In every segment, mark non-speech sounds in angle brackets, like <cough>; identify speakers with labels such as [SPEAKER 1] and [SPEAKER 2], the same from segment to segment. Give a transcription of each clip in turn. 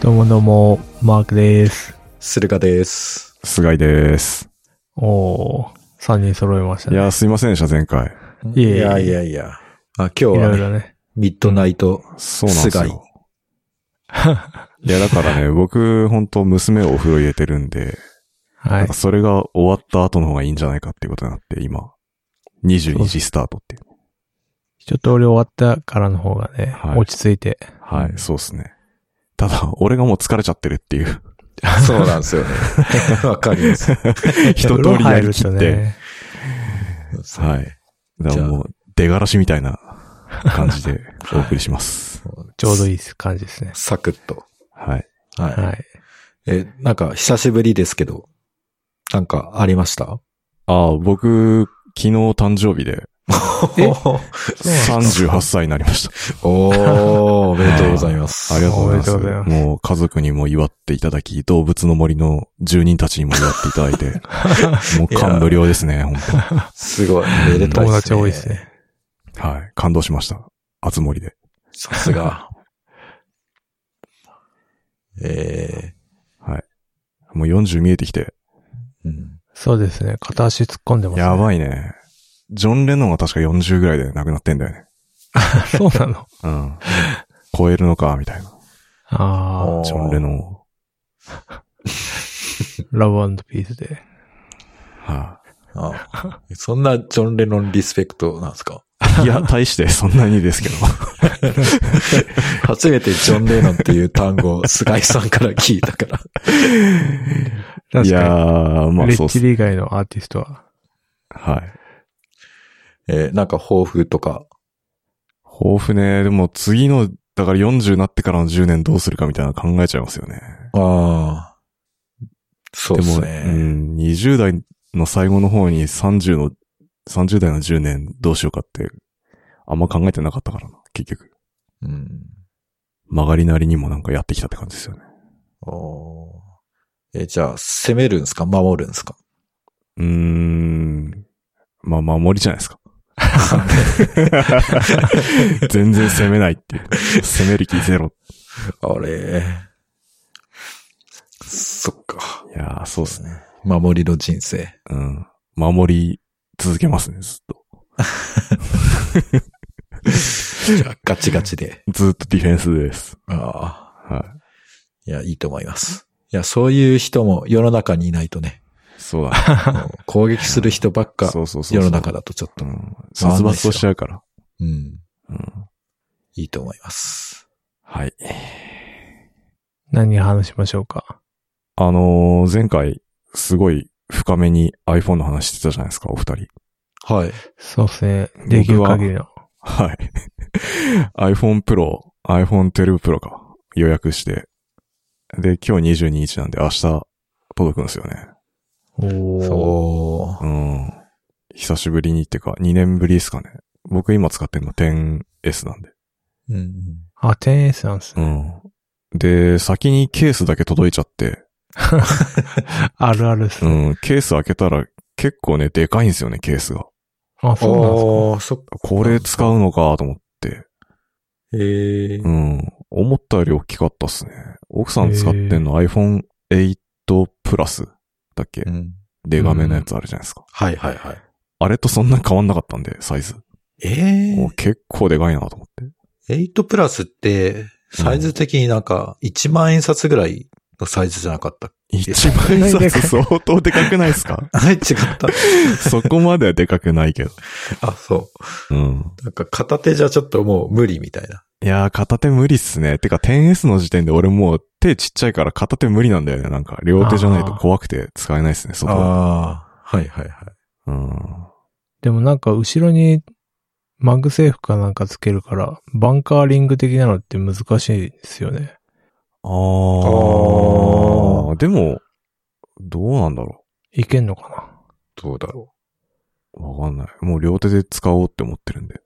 [SPEAKER 1] どうもどうも、マークです。
[SPEAKER 2] 駿河です。
[SPEAKER 3] 菅井です。
[SPEAKER 1] おー、3人揃いました
[SPEAKER 3] い
[SPEAKER 1] ね。
[SPEAKER 3] やー、すいませんでした、前回。
[SPEAKER 1] いえいえ
[SPEAKER 2] いやいやいや。あ、今日
[SPEAKER 1] いろ
[SPEAKER 2] はいね、
[SPEAKER 1] ろね。
[SPEAKER 2] ミッドナイト。
[SPEAKER 3] そうなんです
[SPEAKER 2] 菅井
[SPEAKER 3] よ。 <laughs> いや、だからね、僕、本当娘をお風呂入れてるんで、
[SPEAKER 1] は
[SPEAKER 3] ないんか。それが終わった後の方がいいんじゃないかっていうことになって、今、22時スタートっていう。
[SPEAKER 1] 一通り終わったからの方がね、
[SPEAKER 3] はい
[SPEAKER 1] 落ち着いて。
[SPEAKER 3] はい、そうですね。ただ、俺がもう疲れちゃってるっていう。
[SPEAKER 2] そうなんですよね。わかります。
[SPEAKER 3] <laughs> 一通りやりきっ
[SPEAKER 1] 風呂入ると
[SPEAKER 3] て。
[SPEAKER 1] ね。
[SPEAKER 3] はい。だからもう、出がらしみたいな感じ <laughs> でお送りします。
[SPEAKER 1] ちょうどいい感じですね。
[SPEAKER 2] サクッと。
[SPEAKER 3] はい。
[SPEAKER 2] はい。
[SPEAKER 1] はい。
[SPEAKER 2] え、なんか久しぶりですけど、なんかありました
[SPEAKER 3] ああ、僕、昨日誕生日で
[SPEAKER 1] え
[SPEAKER 3] 38歳になりました。
[SPEAKER 2] おー、おめでとうございます。
[SPEAKER 3] ありがとうございます。
[SPEAKER 1] おめでとうございま
[SPEAKER 3] もう家族にも祝っていただき、動物の森の住人たちにも祝っていただ
[SPEAKER 1] <laughs>
[SPEAKER 3] いて、もう感無量ですね、本
[SPEAKER 2] すごい。めでたい
[SPEAKER 1] 友
[SPEAKER 2] ですね。
[SPEAKER 1] 達多いです。ね。
[SPEAKER 3] 当はい。感動しました。あつ森で。
[SPEAKER 2] さす
[SPEAKER 1] <laughs>
[SPEAKER 2] が。え
[SPEAKER 3] はい。もう40見えてきて。
[SPEAKER 2] ー、うん。
[SPEAKER 1] そうですね。片足突っ込んでます、ね。
[SPEAKER 3] や
[SPEAKER 1] い。
[SPEAKER 3] ばいね。ジョン・レノンが確か40ぐらいで亡くなってんだよね。
[SPEAKER 1] そうな
[SPEAKER 3] <laughs>
[SPEAKER 1] の。 <laughs>
[SPEAKER 3] うん。超えるのか、みたいな。
[SPEAKER 1] あ
[SPEAKER 2] お
[SPEAKER 3] ジョン・レノンを。
[SPEAKER 1] ー、ラブピースで。
[SPEAKER 3] は
[SPEAKER 2] あそんなジョン・レノンリスペクトなんですか
[SPEAKER 3] い。いや、大してそんなにですけど。
[SPEAKER 2] 初めてジョン・レノンっていう単語を菅井さんから聞いたから。
[SPEAKER 1] <laughs> 確
[SPEAKER 3] いや
[SPEAKER 1] か
[SPEAKER 3] ー、
[SPEAKER 1] に。
[SPEAKER 3] まあ
[SPEAKER 1] レ
[SPEAKER 3] そう
[SPEAKER 1] ッ
[SPEAKER 3] っ
[SPEAKER 1] チ
[SPEAKER 3] す。
[SPEAKER 1] リ以外のアーティストは。
[SPEAKER 3] はい。
[SPEAKER 2] えーなんか抱負とか。
[SPEAKER 3] 抱負ね、でも次の、だから40になってからの10年どうするかみたいなの考えちゃいますよね。
[SPEAKER 2] ああ。そう
[SPEAKER 3] で
[SPEAKER 2] で
[SPEAKER 3] も、
[SPEAKER 2] す
[SPEAKER 3] う
[SPEAKER 2] ね。
[SPEAKER 3] ん、20代の最後の方に30の、30代の10年どうしようかって、あんま考えてなかったからな、結局。
[SPEAKER 2] うん。
[SPEAKER 3] 曲がりなりにもなんかやってきたって感じですよね。
[SPEAKER 2] おーえーじゃあ、攻めるんですか守るんですか
[SPEAKER 3] うーん。まあ、守りじゃない <laughs> ですか。全然攻めないっていう。攻める気ゼロ。
[SPEAKER 2] あれそっか。
[SPEAKER 3] いやー、そうですね。
[SPEAKER 2] 守りの人生。
[SPEAKER 3] <laughs> うん。守り続けますね、ずっと。
[SPEAKER 2] じゃあ、ガチガチで。
[SPEAKER 3] ずっとディフェンスです。
[SPEAKER 2] ああ。
[SPEAKER 3] はい
[SPEAKER 2] や、いいと思います。いや、そういう人も世の中にいないと
[SPEAKER 3] <laughs>
[SPEAKER 2] ね。
[SPEAKER 3] い。そうだ、ね。
[SPEAKER 2] うん攻撃する人ばっか
[SPEAKER 3] そうそうそうそう。
[SPEAKER 2] 世の中だとちょっ
[SPEAKER 3] う
[SPEAKER 2] と。
[SPEAKER 3] ん。殺伐としちゃうから。
[SPEAKER 2] うん。
[SPEAKER 3] うん。
[SPEAKER 2] いいと思います。
[SPEAKER 3] はい。
[SPEAKER 1] 何話しましょうか。
[SPEAKER 3] あのー前回、すごい深めに iPhone の話してたじゃないですか、お二人。
[SPEAKER 2] はい。
[SPEAKER 1] そうですね。できる限りの。
[SPEAKER 3] はい。iPhone Pro、iPhone 12 Pro か、予約して。で、今日22日なんで明日届くんですよね。
[SPEAKER 1] おー。
[SPEAKER 2] おー
[SPEAKER 3] うん。久しぶりにってか、2年ぶりですかね。僕今使ってるの 10S なんで。
[SPEAKER 2] うん。
[SPEAKER 1] あ、10S なんですね。
[SPEAKER 3] うん。で、先にケースだけ届いちゃって、
[SPEAKER 1] <laughs> あるあるっす
[SPEAKER 3] う
[SPEAKER 1] ね。
[SPEAKER 3] ん、ケース開けたら結構ね、でかいんですよね、ケースが。
[SPEAKER 1] あ、そうなんですか。
[SPEAKER 2] おーそっか。
[SPEAKER 3] これ使うのかと思って。
[SPEAKER 2] ええ
[SPEAKER 3] うん。思ったより大きかったっすね。奥さん使ってんの iPhone 8プラスだっけ、
[SPEAKER 2] うん。
[SPEAKER 3] で、画面のやつあるじゃないですか。
[SPEAKER 2] はいはいはい。
[SPEAKER 3] あれとそんな変わんなかったんで、サイズ。
[SPEAKER 2] え
[SPEAKER 3] もう結構でかいなと思って。
[SPEAKER 2] え8プラスって、サイズ的になんか、1万円札ぐらいのサイズじゃなかったっ
[SPEAKER 3] 一万円
[SPEAKER 1] で
[SPEAKER 3] 札
[SPEAKER 1] かい
[SPEAKER 3] 相当でかくないで
[SPEAKER 2] <laughs>
[SPEAKER 3] すか
[SPEAKER 2] け違った。
[SPEAKER 3] そこまではでかくないけど。
[SPEAKER 2] あ、そ
[SPEAKER 3] うん。
[SPEAKER 2] う。なんか片手じゃちょっともう無理みたいな。
[SPEAKER 3] いやー、片手無理っすね。てか 10S の時点で俺もう手ちっちゃいから片手無理なんだよね。なんか両手じゃないと怖くて使えないっすね、外は。
[SPEAKER 2] ああー。はいはいはい。
[SPEAKER 3] うん。
[SPEAKER 1] でもなんか後ろにマグセーフかなんかつけるから、バンカーリング的なのって難しいですよね。
[SPEAKER 3] あー。でも、どうなんだろう。
[SPEAKER 1] いけんのか
[SPEAKER 2] どうだろ
[SPEAKER 3] わかんない。もう両手で使おうって思ってるんで。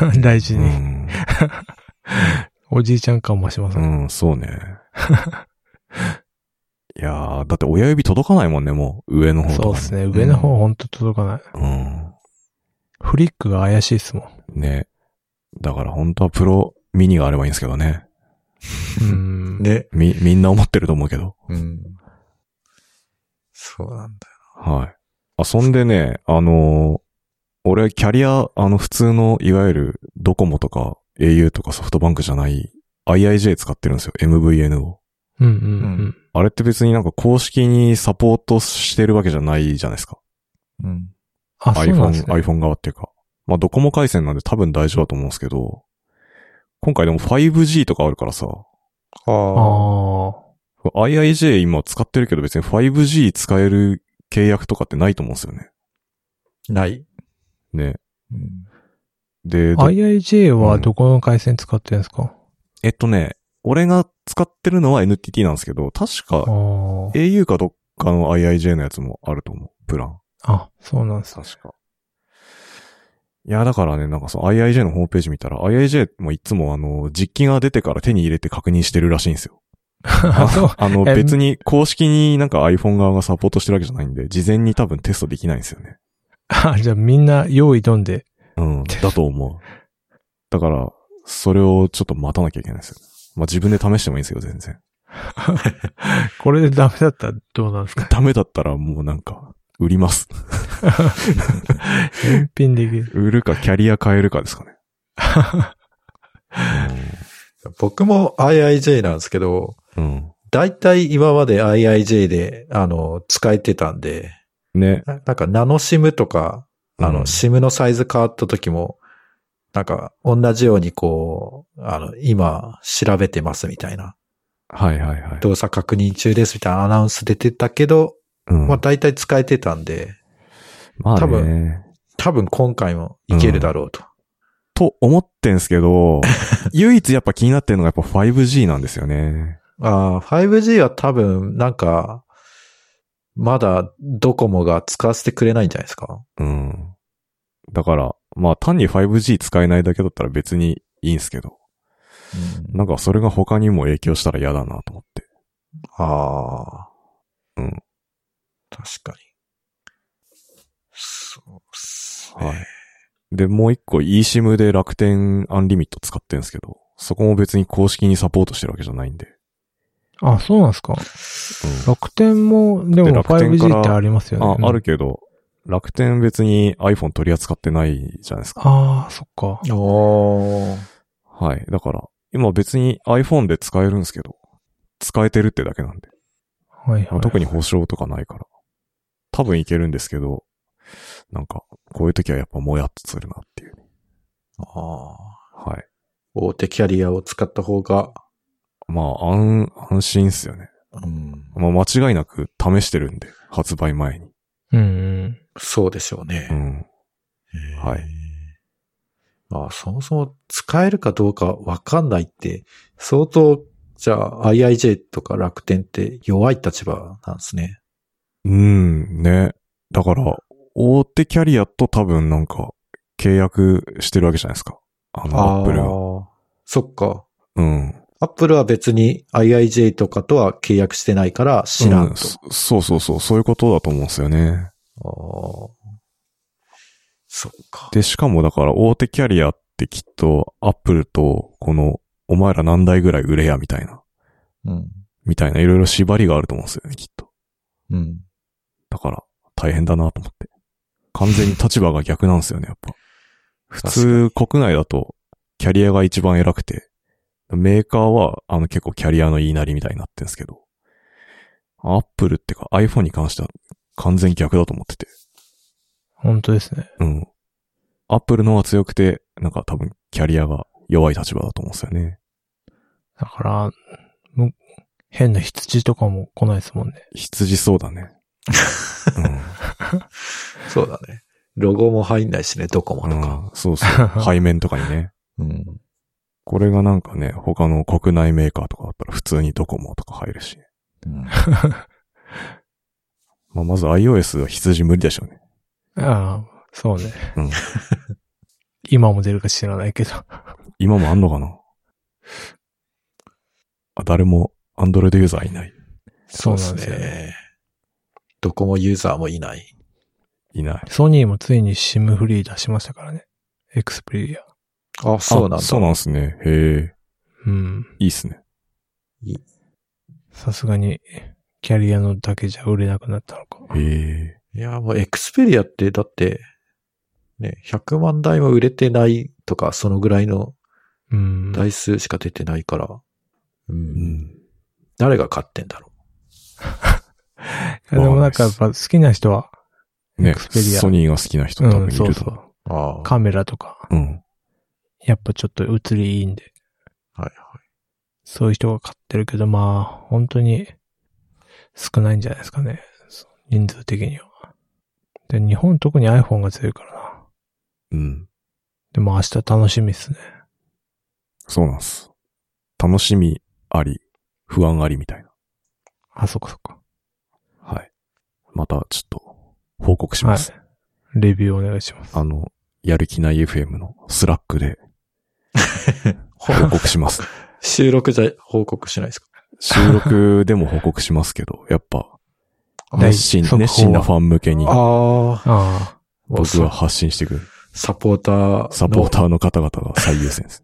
[SPEAKER 1] な大事
[SPEAKER 3] う
[SPEAKER 1] に、
[SPEAKER 3] ん。
[SPEAKER 1] おじいちゃん感増しますね。
[SPEAKER 3] うん、そうね。 <laughs> いやー、だって親指届かないもんね、もう。上の方とか
[SPEAKER 1] そうですね。上の方ほんと届かない。
[SPEAKER 3] う
[SPEAKER 1] フリックが怪しいっすもん。
[SPEAKER 3] ん。ね。だから本当はプロミニがあればいいんですけどね。
[SPEAKER 1] うん。
[SPEAKER 2] ね。
[SPEAKER 3] み、みんな思ってると思うけど。
[SPEAKER 2] うん。そうなんだよ。
[SPEAKER 3] はい。あ、そんでね、あのー俺、キャリア、あの、普通の、いわゆる、ドコモとか、au とかソフトバンクじゃない、IIJ 使ってるんですよ。MVN を。
[SPEAKER 1] うんうん
[SPEAKER 3] あれって別になんか公式にサポートしてるわけじゃないじゃないですか。
[SPEAKER 2] うん。
[SPEAKER 1] あ、そうなんで
[SPEAKER 3] iPhone、
[SPEAKER 1] すね。
[SPEAKER 3] iPhone 側っていうか。まあ、ドコモ回線なんで多分大丈夫だと思うんですけど、今回でも 5G とかあるからさ、
[SPEAKER 2] ああ。
[SPEAKER 1] ああ。
[SPEAKER 3] IIJ 今使ってるけど別に 5G 使える契約とかってないと思うんですよね。
[SPEAKER 2] ない。
[SPEAKER 3] ね。
[SPEAKER 2] うん。
[SPEAKER 3] で、ど
[SPEAKER 1] IIJ はどこの回線使ってるんですか、
[SPEAKER 3] えっとね、俺が使ってるのは NTT なんですけど、確か
[SPEAKER 1] あ
[SPEAKER 3] au かどっかの IIJ のやつもあると思う。プラン。
[SPEAKER 1] あ。あ、そうなん
[SPEAKER 3] <laughs>
[SPEAKER 1] ですね。
[SPEAKER 3] 確か。いや、だからね、なんかその IIJ のホームページ見たら、IIJ もいつもあの、実機が出てから手に入れて確認してるらしいんですよ。
[SPEAKER 1] あそう。
[SPEAKER 3] あの、
[SPEAKER 1] え
[SPEAKER 3] 別に公式になんか iPhone 側がサポートしてるわけじゃないんで、事前に多分テストできないんですよね。
[SPEAKER 1] あ、じゃあみんな用意どんで。
[SPEAKER 3] うん、だと思う。だから、それをちょっと待たなきゃいけないんですよ。まあ、自分で試してもいいんですよ、全然。
[SPEAKER 1] これでダメだったらどうなんですか
[SPEAKER 3] ダメだったらもうなんか、売ります。
[SPEAKER 1] 返品できる。
[SPEAKER 3] 売るか、キャリア変えるかですかね。
[SPEAKER 2] 僕も IIJ なんですけど、
[SPEAKER 3] うん。
[SPEAKER 2] だいたい今まで IIJ で、あの、使えてたんで、
[SPEAKER 3] ね。
[SPEAKER 2] ななんかナノシムとか、あ
[SPEAKER 3] う
[SPEAKER 2] の、
[SPEAKER 3] ん
[SPEAKER 2] シムのサイズ変わった時も、なんか、同じようにこう、あの、今、調べてますみたいな、
[SPEAKER 3] はいはいはい。
[SPEAKER 2] 動作確認中ですみたいなアナウンス出てたけど、
[SPEAKER 3] うん
[SPEAKER 2] まあ大体使えてたんで、
[SPEAKER 3] まあね、
[SPEAKER 2] 多分多分今回もいけるだろうと。
[SPEAKER 3] と思ってんすけ <laughs> ど、唯一やっぱ気になってるのがやっぱ 5G なんですよね。
[SPEAKER 2] ああ、5G は多分、なんか、まだドコモが使わせてくれないんじゃないですか。
[SPEAKER 3] うん。だから、まあ単に 5G 使えないだけだったら別にいいんすけど、
[SPEAKER 2] うん
[SPEAKER 3] なんかそれが他にも影響したら嫌だなと思って。
[SPEAKER 2] ああ。
[SPEAKER 3] うん。
[SPEAKER 2] 確かに。そうっすね。
[SPEAKER 3] はい。で、もう一個 eSIM で楽天アンリミット使ってんすけど、そこも別に公式にサポートしてるわけじゃないんで。
[SPEAKER 1] あ、そうなんですか
[SPEAKER 3] うん
[SPEAKER 1] 楽天も、で
[SPEAKER 3] で
[SPEAKER 1] も
[SPEAKER 3] 楽天から
[SPEAKER 1] 5G ってありますよね。
[SPEAKER 3] あ
[SPEAKER 1] う、ん
[SPEAKER 3] ある。けど、楽天別に iPhone 取り扱ってないじゃないですか。
[SPEAKER 1] ああ、そっか。
[SPEAKER 2] おー。
[SPEAKER 3] はい。だから、今別に iPhone で使えるんですけど、使えてるってだけなんで。
[SPEAKER 1] はいはい。
[SPEAKER 3] 特に保証とかないから。多分いけるんですけど、なんか、こういう時はやっぱもやっとするなっていう。
[SPEAKER 2] あー
[SPEAKER 3] はい。
[SPEAKER 2] 大手キャリアを使った方が、
[SPEAKER 3] まあ、安、安心っすよね。
[SPEAKER 2] うん、
[SPEAKER 3] まあ、間違いなく試してるんで、発売前に。
[SPEAKER 1] うんうん。
[SPEAKER 2] そうでしょうね
[SPEAKER 3] う。ん。はい
[SPEAKER 2] へー。まあ、そもそも使えるかどうかわかんないって、相当、じゃあ IIJ とか楽天って弱い立場なんですね。
[SPEAKER 3] うん、ね。だから、大手キャリアと多分なんか、契約してるわけじゃないですか。あの、アップル
[SPEAKER 2] あ
[SPEAKER 3] は。
[SPEAKER 2] ーそっか。
[SPEAKER 3] うん。
[SPEAKER 2] アップルは別に IIJ とかとは契約してないから知ら
[SPEAKER 3] うん
[SPEAKER 2] と。
[SPEAKER 3] そそうそうそう、そういうことだと思うんですよね。
[SPEAKER 2] あーそっか。
[SPEAKER 3] で、しかもだから大手キャリアってきっとアップルとこのお前ら何台ぐらい売れやみたいな、
[SPEAKER 2] うん。
[SPEAKER 3] みたいないろいろ縛りがあると思うんですよね、きっと。
[SPEAKER 2] うん。
[SPEAKER 3] だから大変だなと思って。完全に立場が逆なんですよね、やっ
[SPEAKER 2] <laughs>
[SPEAKER 3] ぱ。普通国内だとキャリアが一番偉くて、メーカーはあの結構キャリアの言いなりみたいになってんですけど、アップルってか iPhone に関しては完全逆だと思ってて。
[SPEAKER 1] 本当ですね。
[SPEAKER 3] うん。アップルの方が強くて、なんか多分キャリアが弱い立場だと思うんですよね。
[SPEAKER 1] だから、む変な羊とかも来ないですもんね。
[SPEAKER 3] 羊そう
[SPEAKER 2] <laughs>
[SPEAKER 3] だね。
[SPEAKER 2] そうだね。ロゴも入んないしね、ドコモ
[SPEAKER 3] うん。う
[SPEAKER 2] とか。
[SPEAKER 3] ん、そ
[SPEAKER 2] <laughs>
[SPEAKER 3] うそう。背面とかにね。
[SPEAKER 2] うん。
[SPEAKER 3] これがなんかね、他の国内メーカーとかだったら普通にドコモとか入るし、ね。
[SPEAKER 2] うん
[SPEAKER 3] <laughs> まあ、まず iOS は羊無理でしょうね。
[SPEAKER 1] ああ、そうね。
[SPEAKER 3] うん。
[SPEAKER 1] <laughs> 今も出るか知らないけど。
[SPEAKER 3] 今もあんのかなあ、誰も Android ユーザーいない。
[SPEAKER 1] そう
[SPEAKER 2] っ
[SPEAKER 1] なんですよね。
[SPEAKER 2] ドコモユーザーもいない。
[SPEAKER 3] いない。
[SPEAKER 1] ソニーもついに SIM フリー出しましたからね。エクスプリア。
[SPEAKER 2] あ、そうなん
[SPEAKER 3] あ
[SPEAKER 2] だ。
[SPEAKER 3] そうなんですね。へえ。
[SPEAKER 1] うん。
[SPEAKER 3] いいっすね。
[SPEAKER 1] さすがに、キャリアのだけじゃ売れなくなったのか。
[SPEAKER 3] ええ
[SPEAKER 2] いや、もうエクスペリアって、だって、ね、100万台も売れてないとか、そのぐらいの
[SPEAKER 1] うん。
[SPEAKER 2] 台数しか出てないから、う。
[SPEAKER 3] うんん。
[SPEAKER 2] 誰が買ってんだろ
[SPEAKER 1] いやでもなんかやっぱ好きな人は、
[SPEAKER 3] ね、
[SPEAKER 1] Xperia
[SPEAKER 3] ソニーが好きな人多
[SPEAKER 1] うん、
[SPEAKER 3] 分いると
[SPEAKER 1] そうそう。
[SPEAKER 2] う。
[SPEAKER 3] 思う。
[SPEAKER 2] ああ。
[SPEAKER 1] カメラとか、
[SPEAKER 3] うん。
[SPEAKER 1] やっぱちょっと映りいいんで、
[SPEAKER 2] はいはい。
[SPEAKER 1] そういう人が買ってるけど、まあ、本当に少ないんじゃないですかね。そう人数的には。で、日本特に iPhone が強いからな。
[SPEAKER 3] うん。
[SPEAKER 1] でも明日楽しみっすね。
[SPEAKER 3] そうなんです。楽しみあり、不安ありみたいな。
[SPEAKER 1] あ、そっかそっか。
[SPEAKER 3] はい。またちょっと報告します。
[SPEAKER 1] はい。レビューお願いします。
[SPEAKER 3] あの、やる気ない FM のスラック
[SPEAKER 1] <laughs>
[SPEAKER 3] で
[SPEAKER 2] ほ
[SPEAKER 3] 報告します。
[SPEAKER 2] 収録じゃ報告しないですか
[SPEAKER 3] 収録でも報告しますけど、 <laughs> やっぱ熱心、
[SPEAKER 1] 速報は
[SPEAKER 3] 熱心なファン向けに
[SPEAKER 2] ああ。
[SPEAKER 1] あ
[SPEAKER 3] 僕は発信していく。
[SPEAKER 2] サポーターの。
[SPEAKER 3] サポーターの方々が最優先です。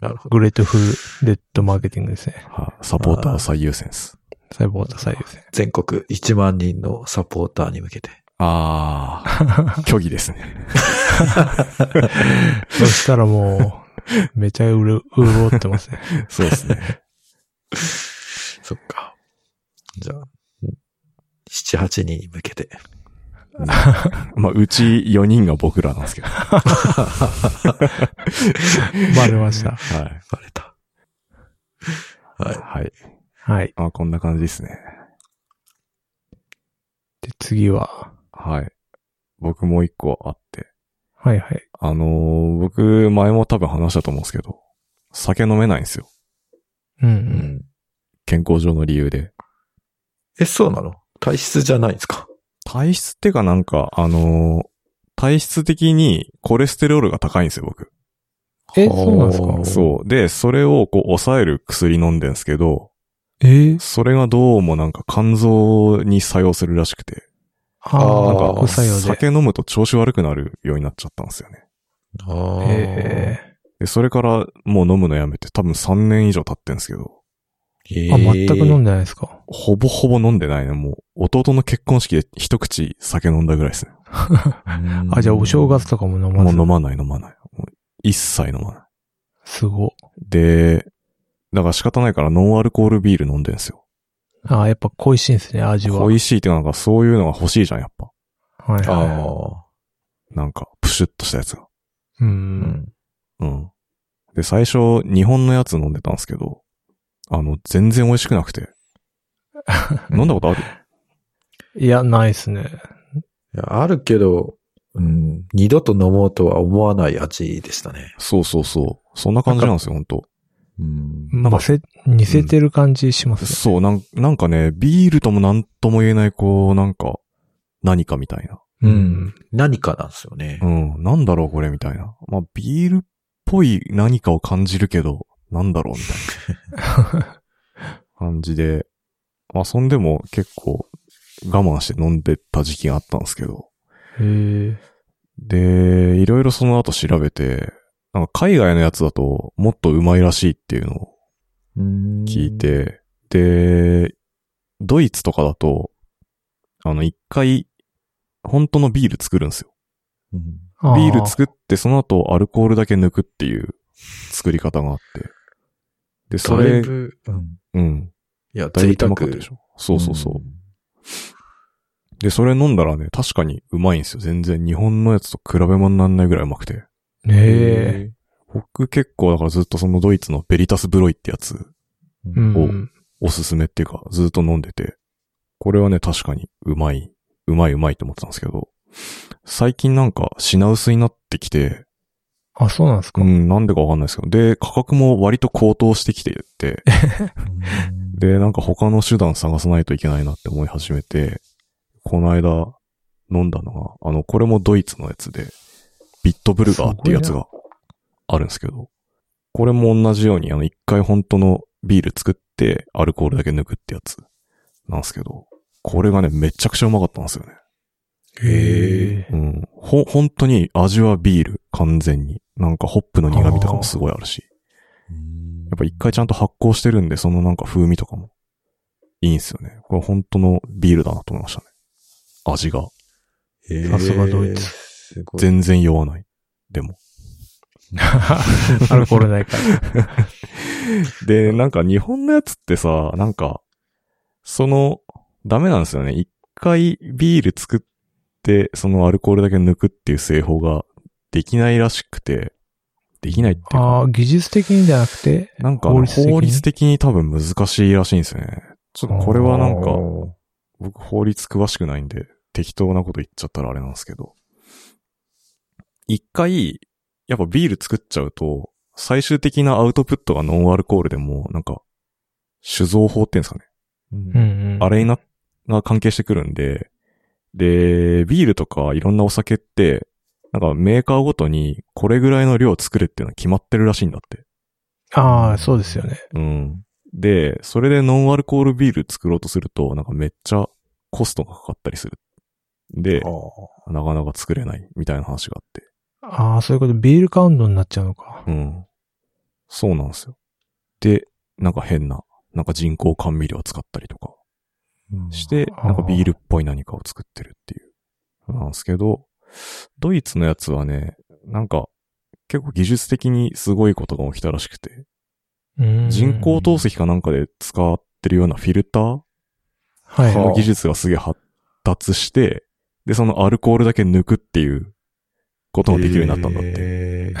[SPEAKER 2] なるほ
[SPEAKER 1] あ、
[SPEAKER 2] ど。
[SPEAKER 1] グレートフルレッドマーケティングですね。
[SPEAKER 3] はいサポーター最優先です。
[SPEAKER 1] サイボータ最優
[SPEAKER 3] <laughs>
[SPEAKER 1] 先。
[SPEAKER 2] 全国1万人のサポーターに向けて。
[SPEAKER 3] あ
[SPEAKER 1] <laughs>
[SPEAKER 3] あ、虚偽ですね。
[SPEAKER 1] そしたらもう、めちゃうる、うろってますね。
[SPEAKER 3] そうですね。
[SPEAKER 2] そっか。じゃあ、7、8人に向けて。
[SPEAKER 3] <laughs> まあ、うち4人が僕らなんですけど。は
[SPEAKER 1] バレま
[SPEAKER 3] <laughs>
[SPEAKER 1] した。
[SPEAKER 3] い。
[SPEAKER 2] バレた。はい。
[SPEAKER 3] はい。
[SPEAKER 1] はい。
[SPEAKER 3] まあ、こんな感じですね。
[SPEAKER 1] で、次は、
[SPEAKER 3] はい。僕もう一個あって。
[SPEAKER 1] はいはい。
[SPEAKER 3] あのー僕、前も多分話したと思うんですけど、酒飲めないんですよ。
[SPEAKER 1] うんう。
[SPEAKER 2] うんん。
[SPEAKER 3] 健康上の理由で。
[SPEAKER 2] え、そうなの体質じゃないんですか
[SPEAKER 3] 体質ってかなんか、あのー体質的にコレステロールが高いんですよ、僕。
[SPEAKER 1] えそうなんですか
[SPEAKER 2] はあ
[SPEAKER 3] そう。で、それをこう抑える薬飲んでんですけど、
[SPEAKER 1] ええ
[SPEAKER 3] それがどうもなんか肝臓に作用するらしくて、
[SPEAKER 1] ああ、
[SPEAKER 2] あ
[SPEAKER 1] な
[SPEAKER 2] ー
[SPEAKER 1] んか、副作用で。
[SPEAKER 3] 酒飲むと調子悪くなるようになっちゃったんですよね。
[SPEAKER 2] ああ。
[SPEAKER 1] え
[SPEAKER 3] で、それからもう飲むのやめて多分3年以上経ってんですけど、
[SPEAKER 1] えあ、全く飲んで
[SPEAKER 2] で。
[SPEAKER 1] ないですか。
[SPEAKER 3] ほぼほぼ飲んでないね。もう、弟の結婚式で一口酒飲んだぐらいですね。
[SPEAKER 1] あ、じゃあお正月
[SPEAKER 2] と。
[SPEAKER 1] とかも飲ま
[SPEAKER 3] もう
[SPEAKER 1] ず。
[SPEAKER 3] 飲まない飲まない。もう一切飲まない。
[SPEAKER 1] すご。
[SPEAKER 3] で、だから仕方ないからノンアルコールビール飲んでんですよ。
[SPEAKER 1] ああ、やっぱ恋しいんですね、味は。
[SPEAKER 3] 恋しいってなんかそういうのが欲しいじゃん、やっぱ。
[SPEAKER 1] はい
[SPEAKER 2] あ
[SPEAKER 1] は
[SPEAKER 2] あ。
[SPEAKER 3] なんか、プシュッとしたやつ
[SPEAKER 1] い。
[SPEAKER 3] が。
[SPEAKER 1] う。。
[SPEAKER 2] うん
[SPEAKER 3] うん。で、最初、日本のやつ飲んでたんですけど、あの、全然美味しくなくて。飲んだことある
[SPEAKER 1] いや、ないですね。
[SPEAKER 2] いやあるけど、うん、二度と飲もうとは思わない味でしたね。
[SPEAKER 3] そうそうそう。そんな感じなんですよ、ほんと。
[SPEAKER 2] うん。
[SPEAKER 1] まあ、せ、似せてる感じします
[SPEAKER 3] そう、なん、なんかね、ビールともなんとも言えない、こう、なんか、何かみたいな。
[SPEAKER 1] ね。
[SPEAKER 2] う。何かなんですよね
[SPEAKER 3] う。ん、なんだろう、これ、みたいな。まあ、ビールっぽい何かを感じるけど、なんだろう、みたいな感じで。まあ、そんでも結構、我慢して飲んでた時期があったんですけど。
[SPEAKER 1] へえ。
[SPEAKER 3] で、いろいろその後調べて、なんか海外のやつだともっとうまいらしいっていうのを
[SPEAKER 2] うん
[SPEAKER 3] 聞い。て、で、ドイツとかだと、あの一回、本当のビール作るんですよ。
[SPEAKER 2] うん
[SPEAKER 1] あ
[SPEAKER 3] ビール作ってその後アルコールだけ抜くっていう作り方があって。で、そ
[SPEAKER 2] だい
[SPEAKER 3] れ、
[SPEAKER 2] ぶ、うん。
[SPEAKER 3] うん。
[SPEAKER 2] いや、
[SPEAKER 3] だ
[SPEAKER 2] 贅
[SPEAKER 3] いぶう
[SPEAKER 2] 沢
[SPEAKER 3] まかったでしょ。そうそうそう。で、それ飲んだらね、確かにうまいんですよ。全然日本のやつと比べ物になんないぐらいうまくて。
[SPEAKER 1] へえ。
[SPEAKER 3] 僕結構だからずっとそのドイツのベリタスブロイってやつ
[SPEAKER 2] う。
[SPEAKER 1] うんん。
[SPEAKER 3] おすすめっていうかずっと飲んでて、これはね確かにうまい、うまいうまいと思ってたんですけど、最近なんか品薄になってきて、
[SPEAKER 1] あ、そうなんですか
[SPEAKER 3] う。ん、なんでかわかんないですけど、で、価格も割と高騰してきてて、で、なんか他の手段探さないといけないなって思い始めて、この間飲んだのが、あの、これもドイツのやつで、ビットブルガーっていうやつがあるんですけど、これも同じように、あの、一回本当のビール作って、アルコールだけ抜くってやつなんですけど、これがね、めちゃくちゃうまかったんですよね。
[SPEAKER 1] へえ。
[SPEAKER 3] うん。ほ、本当に味はビール、完全に。なんかホップの苦味とかもすごいあるし。
[SPEAKER 2] うん
[SPEAKER 3] やっぱ一回ちゃんと発酵してるんで、そのなんか風味とかもいいんすよね。これ本当のビールだなと思いましたね。味が
[SPEAKER 2] え
[SPEAKER 1] さすがドイツ
[SPEAKER 2] すごい。
[SPEAKER 3] 全然酔わない。でも。
[SPEAKER 1] アルコールないから。
[SPEAKER 3] <laughs> で、なんか日本のやつってさ、なんか、その、ダメなんですよね。一回ビール作って、そのアルコールだけ抜くっていう製法ができないらしくて、できないっていう
[SPEAKER 1] あ
[SPEAKER 3] か
[SPEAKER 1] あ、、技術的にじゃなくて、
[SPEAKER 3] なんかあ
[SPEAKER 1] 法
[SPEAKER 3] の
[SPEAKER 1] 律的に
[SPEAKER 3] 法律的に多分難しいらしいんですよね。ちょっとこれはなんか、僕法律詳しくないんで、適当なこと言っちゃったらあれなんですけど。一回、やっぱビール作っちゃうと、最終的なアウトプットがノンアルコールでも、なんか、酒造法っていうんですかね。
[SPEAKER 1] うんうん。
[SPEAKER 3] あれにな、が関係してくるんで、で、ビールとかいろんなお酒って、なんかメーカーごとにこれぐらいの量作れっていうのは決まってるらしいんだって。
[SPEAKER 1] ああ、そうですよね。
[SPEAKER 3] うん。で、それでノンアルコールビール作ろうとすると、なんかめっちゃコストがかかったりする。で、なかなか作れないみたいな話があって。
[SPEAKER 1] ああ、そういうこと、ビールカウントになっちゃうのか。
[SPEAKER 3] うん。そうなんですよ。で、なんか変な、なんか人工甘味料を使ったりとかして、
[SPEAKER 1] あー
[SPEAKER 3] なんかビールっぽい何かを作ってるっていう。なんですけど、ドイツのやつはね、なんか、結構技術的にすごいことが起きたらしくて、
[SPEAKER 1] うん
[SPEAKER 3] 人工透析かなんかで使ってるようなフィルター
[SPEAKER 1] はい。
[SPEAKER 2] はあ
[SPEAKER 3] の技術がすげえ発達して、で、そのアルコールだけ抜くっていうこともできるようになったんだって。
[SPEAKER 2] て。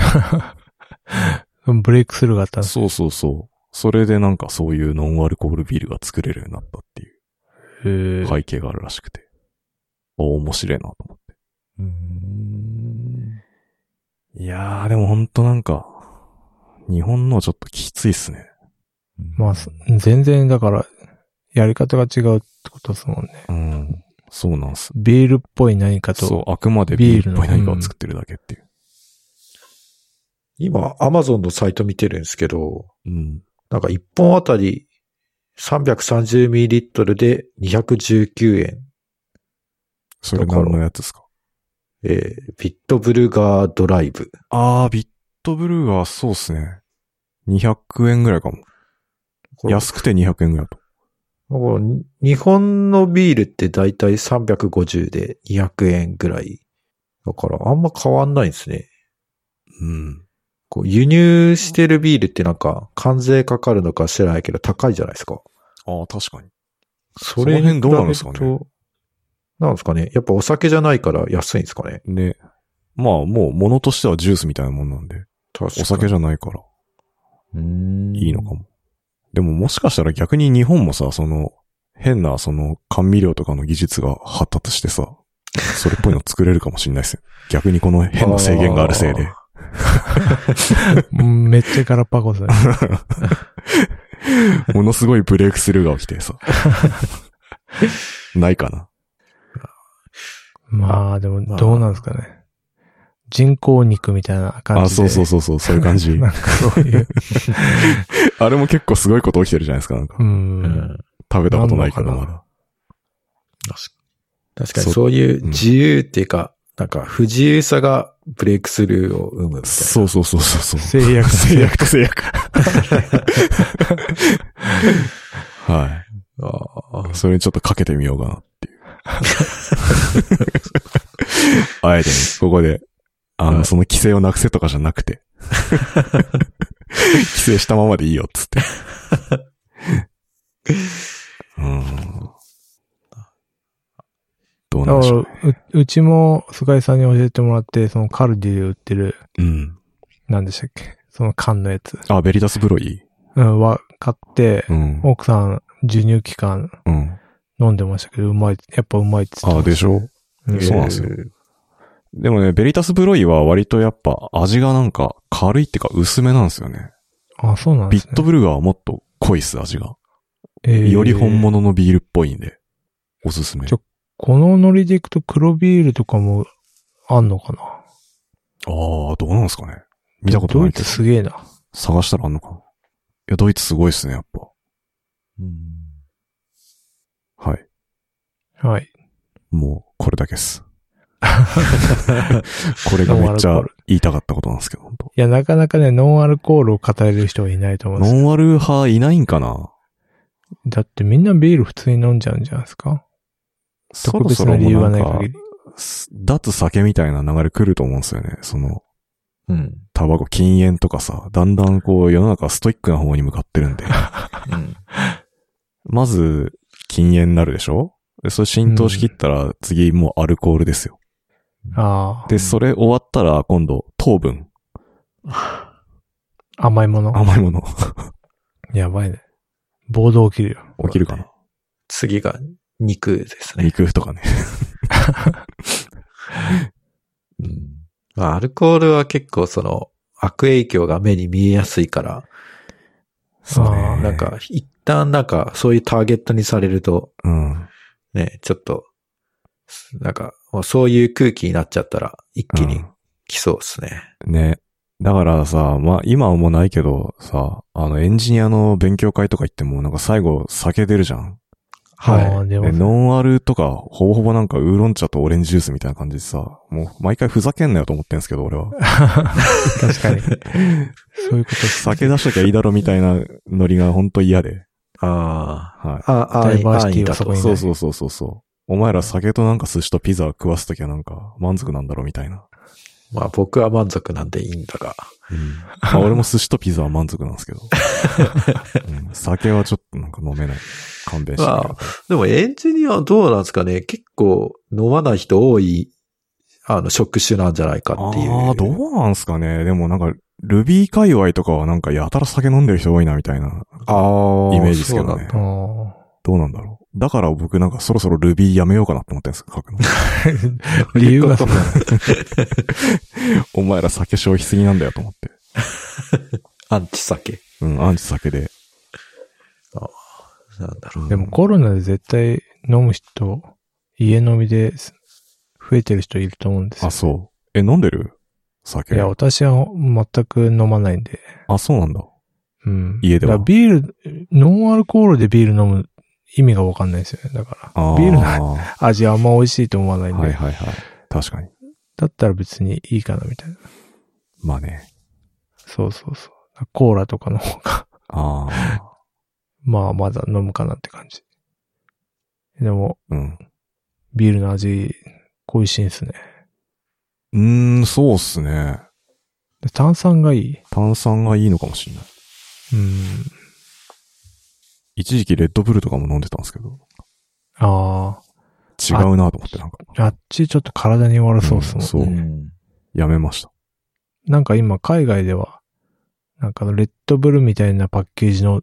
[SPEAKER 1] ブレイクスルーがあったんです
[SPEAKER 3] そうそうそう。それでなんかそういうノンアルコールビールが作れるようになったってい
[SPEAKER 1] へ
[SPEAKER 3] う
[SPEAKER 1] ー
[SPEAKER 3] 背景があるらしくて。お面白いなと思って。
[SPEAKER 2] うん
[SPEAKER 3] いやー、でもほんとなんか、日本のちょっときついっすね。
[SPEAKER 1] まあ、そ全然だから、やり方が違うってことですもんね。
[SPEAKER 3] うん。そうなんす。
[SPEAKER 1] ビールっぽい何かと。
[SPEAKER 3] そう、あくまでビールっぽい何かを作ってるだけっていう。
[SPEAKER 2] 今、アマゾンのサイト見てるんですけど、
[SPEAKER 3] うん。
[SPEAKER 2] なんか1本あたり 330ml で219円。
[SPEAKER 3] それ何のやつですか
[SPEAKER 2] えービットブルガードライブ。
[SPEAKER 3] あー、ビットブルーはそうっすね。200円ぐらいかも。
[SPEAKER 2] これ
[SPEAKER 3] 安くて200円ぐらいだと。
[SPEAKER 2] この日本のビールってだいたい350で200円ぐらい。だからあんま変わんないんですね。
[SPEAKER 3] うん。
[SPEAKER 2] こう輸入してるビールってなんか関税かかるのか知らないけど高いじゃないですか。
[SPEAKER 3] あー、確かに。
[SPEAKER 2] それに
[SPEAKER 3] その辺どうなんですかね
[SPEAKER 2] 比べると。なんですかね。やっぱお酒じゃないから安いんですかね。
[SPEAKER 3] で、まあもう物としてはジュースみたいなもんなんで、
[SPEAKER 2] 確かに。
[SPEAKER 3] お酒じゃないから
[SPEAKER 2] うん
[SPEAKER 3] いいのかも。でももしかしたら逆に日本もさ、その変なその甘味料とかの技術が発達してさ、それっぽいの作れるかもしれないですよ。 <laughs> 逆にこの変な制限があるせいで。
[SPEAKER 1] うんめっちゃガラパゴスだね。
[SPEAKER 3] <laughs> ものすごいブレイクスルーが起きてさ。 <laughs> ないかな。
[SPEAKER 1] まあ、でも、どうなんですかね。人工肉みたいな感
[SPEAKER 3] あ、
[SPEAKER 1] じで。
[SPEAKER 3] そうそうそうそう、そういう感じ
[SPEAKER 1] <laughs> な。んかそう
[SPEAKER 3] <laughs>
[SPEAKER 1] いう。
[SPEAKER 3] あれも結構すごいこと起きてるじゃないですか。なんか
[SPEAKER 1] う。
[SPEAKER 2] うんん。
[SPEAKER 3] 食べたことないけど
[SPEAKER 1] なんの
[SPEAKER 3] ま
[SPEAKER 1] かな
[SPEAKER 3] だ。
[SPEAKER 2] 確かに
[SPEAKER 3] そ
[SPEAKER 2] そういううん自由っていうか、なんか不自由さがブレイクスルーを生むみたいな。
[SPEAKER 3] そうそうそうそうそう。
[SPEAKER 1] 制約
[SPEAKER 3] <laughs> 制約と制約。は
[SPEAKER 2] あ
[SPEAKER 3] い。それにちょっとかけてみようかなっていう。あえてね、ここで、あ
[SPEAKER 2] は
[SPEAKER 3] の、
[SPEAKER 2] い
[SPEAKER 3] その規制をなくせとかじゃなく <laughs> て。規制したままでいいよ、っつ <laughs> って。うん。どうな
[SPEAKER 1] だ
[SPEAKER 3] んで
[SPEAKER 1] か
[SPEAKER 3] し
[SPEAKER 1] ら
[SPEAKER 3] ょう
[SPEAKER 1] う。、うちも菅井さんに教えてもらって、そのカルディで売ってる、
[SPEAKER 3] うん。
[SPEAKER 1] なんでしたっけその缶のやつ。
[SPEAKER 3] あ、ベリタスブロイ
[SPEAKER 1] うん、は、買って、
[SPEAKER 3] うん。
[SPEAKER 1] 奥さん、授乳期間
[SPEAKER 3] うん。
[SPEAKER 1] 飲んでましたけど、うまい、やっぱうまいって言
[SPEAKER 3] あ、
[SPEAKER 1] って
[SPEAKER 3] でしょ
[SPEAKER 1] ま
[SPEAKER 3] そうなんですよ。でもね、ベリタスブロイは割とやっぱ味がなんか軽いっていうか薄めなんですよね。
[SPEAKER 1] あ、そうなんで
[SPEAKER 3] ビ
[SPEAKER 1] すね
[SPEAKER 3] ッ。トブルガーはもっと濃いっす、味が。
[SPEAKER 1] えー
[SPEAKER 3] より本。物のビールっぽいんで、おすすめ。
[SPEAKER 1] ちょこのノリでいくと黒ビールとかもあんのかな
[SPEAKER 3] ああ、どうなんですかね。見たことな
[SPEAKER 1] ド
[SPEAKER 3] い
[SPEAKER 1] イ
[SPEAKER 3] け
[SPEAKER 1] ツ
[SPEAKER 3] ど、
[SPEAKER 1] すげえな。
[SPEAKER 3] 探したらあんのかな。いや、ドイツすごいっすね、やっぱ。はい。
[SPEAKER 1] はい。 <laughs>
[SPEAKER 3] もう、これだけっす。これがめっちゃ言いたかったことな
[SPEAKER 1] <laughs>
[SPEAKER 3] んですけど、本当
[SPEAKER 1] いや、なかなかね、ノンアルコールを語れる人はいないと思うんですよ
[SPEAKER 3] ノンアル派いないんかな
[SPEAKER 1] だってみんなビール普通に飲んじゃうんじゃないですか
[SPEAKER 3] そ
[SPEAKER 1] 特
[SPEAKER 3] ろ
[SPEAKER 1] 別
[SPEAKER 3] そ
[SPEAKER 1] な
[SPEAKER 3] ろ
[SPEAKER 1] 理由
[SPEAKER 3] も
[SPEAKER 1] が
[SPEAKER 3] う
[SPEAKER 1] な
[SPEAKER 3] ないんか
[SPEAKER 1] 限り。、
[SPEAKER 3] す脱酒みたいな流れ来ると思うんですよね。その、
[SPEAKER 2] うん。
[SPEAKER 3] タバコ禁煙とかさ、だんだんこう世の中ストイックな方に向かってる
[SPEAKER 2] <laughs>
[SPEAKER 3] んで。 <laughs>
[SPEAKER 2] うん。
[SPEAKER 3] まず、禁煙になるでしょで、それ浸透しきったら、次もうアルコールですよ。
[SPEAKER 1] あ
[SPEAKER 3] で、それ終わったら、今度、糖分。
[SPEAKER 1] あ、甘いもの。
[SPEAKER 3] 甘いもの。
[SPEAKER 1] やばいね。暴動起きるよ。
[SPEAKER 3] 起きるかな、
[SPEAKER 2] 次が肉ですね。
[SPEAKER 3] 肉とかね。
[SPEAKER 2] うん。まあ、アルコールは結構その、悪影響が目に見えやすいから、
[SPEAKER 3] そう
[SPEAKER 1] あ
[SPEAKER 3] ね。
[SPEAKER 1] ー
[SPEAKER 2] なん、か、一旦なんか、そういうターゲットにされると、
[SPEAKER 3] うん。
[SPEAKER 2] ね、ちょっと、なんか、もうそういう空気になっちゃったら、一気
[SPEAKER 3] う
[SPEAKER 2] に
[SPEAKER 3] ん
[SPEAKER 2] 来そうですね。
[SPEAKER 3] ね。だからさ、まあ、今はもうないけど、さ、あの、エンジニアの勉強会とか行っても、なんか最後、酒出るじゃん。
[SPEAKER 1] あ
[SPEAKER 2] は
[SPEAKER 1] ーで
[SPEAKER 3] で、
[SPEAKER 1] も、
[SPEAKER 3] ノンアルとか、ほぼほぼなんか、ウーロン茶とオレンジジュースみたいな感じでさ、もう、毎回ふざけんなよと思ってんすけど、俺は。
[SPEAKER 1] 確
[SPEAKER 3] <laughs>
[SPEAKER 1] かに。そういうこと
[SPEAKER 3] 酒出しときゃいいだろみたいなノリが本当嫌で。
[SPEAKER 2] い。あ
[SPEAKER 3] はい。
[SPEAKER 2] あ。ああ、
[SPEAKER 1] ダイバーシティは
[SPEAKER 2] ああ
[SPEAKER 1] そこに
[SPEAKER 3] そうそうそうそうそう。お前ら酒となんか寿司とピザ食わすときはなんか満足なんだろうみたいな。
[SPEAKER 2] まあ僕は満足なんでいいんだが。
[SPEAKER 3] まあ俺も寿司とピザは満足なんですけ
[SPEAKER 2] <laughs>
[SPEAKER 3] ど。うん酒はちょっとなんか飲めない。勘弁してくれ
[SPEAKER 2] まあでもエンジニアはどうなんですかね結構飲まない人多い、あの、職種なんじゃないかっていう。
[SPEAKER 3] ああ、どうなんすかね。でもなんか、ルビー界隈とかはなんかやたら酒飲んでる人多いなみたいな。
[SPEAKER 2] ああ
[SPEAKER 3] イメージですけどね
[SPEAKER 2] そうなんだ
[SPEAKER 1] あ
[SPEAKER 3] どうなんだろう。だから僕なんかそろそろルビーやめようかなって思ってるんです
[SPEAKER 1] <laughs>
[SPEAKER 3] よ、書くの。
[SPEAKER 1] ー理由がそこ。
[SPEAKER 3] お前ら酒消費すぎなんだよと思って。
[SPEAKER 2] <laughs> アンチ酒。
[SPEAKER 3] うん、アンチ酒で。
[SPEAKER 2] なんだろ
[SPEAKER 1] でもコロナで絶対飲む人、家飲みです増えてる人いると思うんですよ
[SPEAKER 3] あ、。そう。え、飲んでる
[SPEAKER 1] い
[SPEAKER 3] 酒。
[SPEAKER 1] や、私は全く飲まないんで。
[SPEAKER 3] あ、そうなんだ。
[SPEAKER 1] うん。
[SPEAKER 3] 家で
[SPEAKER 1] だか
[SPEAKER 3] は
[SPEAKER 1] らビール、ノンアルコールでビール飲む意味がわかんないですよね。だか
[SPEAKER 3] あ
[SPEAKER 1] ら。
[SPEAKER 3] ー
[SPEAKER 1] ビールの味あんま美味しいと思わないんで。
[SPEAKER 3] はいはいはい。確かに。
[SPEAKER 1] だったら別にいいかなみたいな。
[SPEAKER 3] まあね。
[SPEAKER 1] そうそうそう。コーラとかの方が、 <laughs>
[SPEAKER 3] ああ。
[SPEAKER 1] まあまだ飲むかなって感じ。でも、
[SPEAKER 3] うん。
[SPEAKER 1] ビールの味、恋しいんすね。
[SPEAKER 3] うーん、そうっすね。
[SPEAKER 1] で炭酸がいい。
[SPEAKER 3] 炭酸がいいのかもしれない。
[SPEAKER 1] うん。
[SPEAKER 3] 一時期レッドブルとかも飲んでたんですけど、
[SPEAKER 1] あ
[SPEAKER 3] 違うなと思ってなんか。
[SPEAKER 1] あ。あっちちょっと体に悪そうっすもんね。
[SPEAKER 3] そう
[SPEAKER 2] うん。
[SPEAKER 3] やめました。
[SPEAKER 1] なんか今海外では、なんかあのレッドブルみたいなパッケージの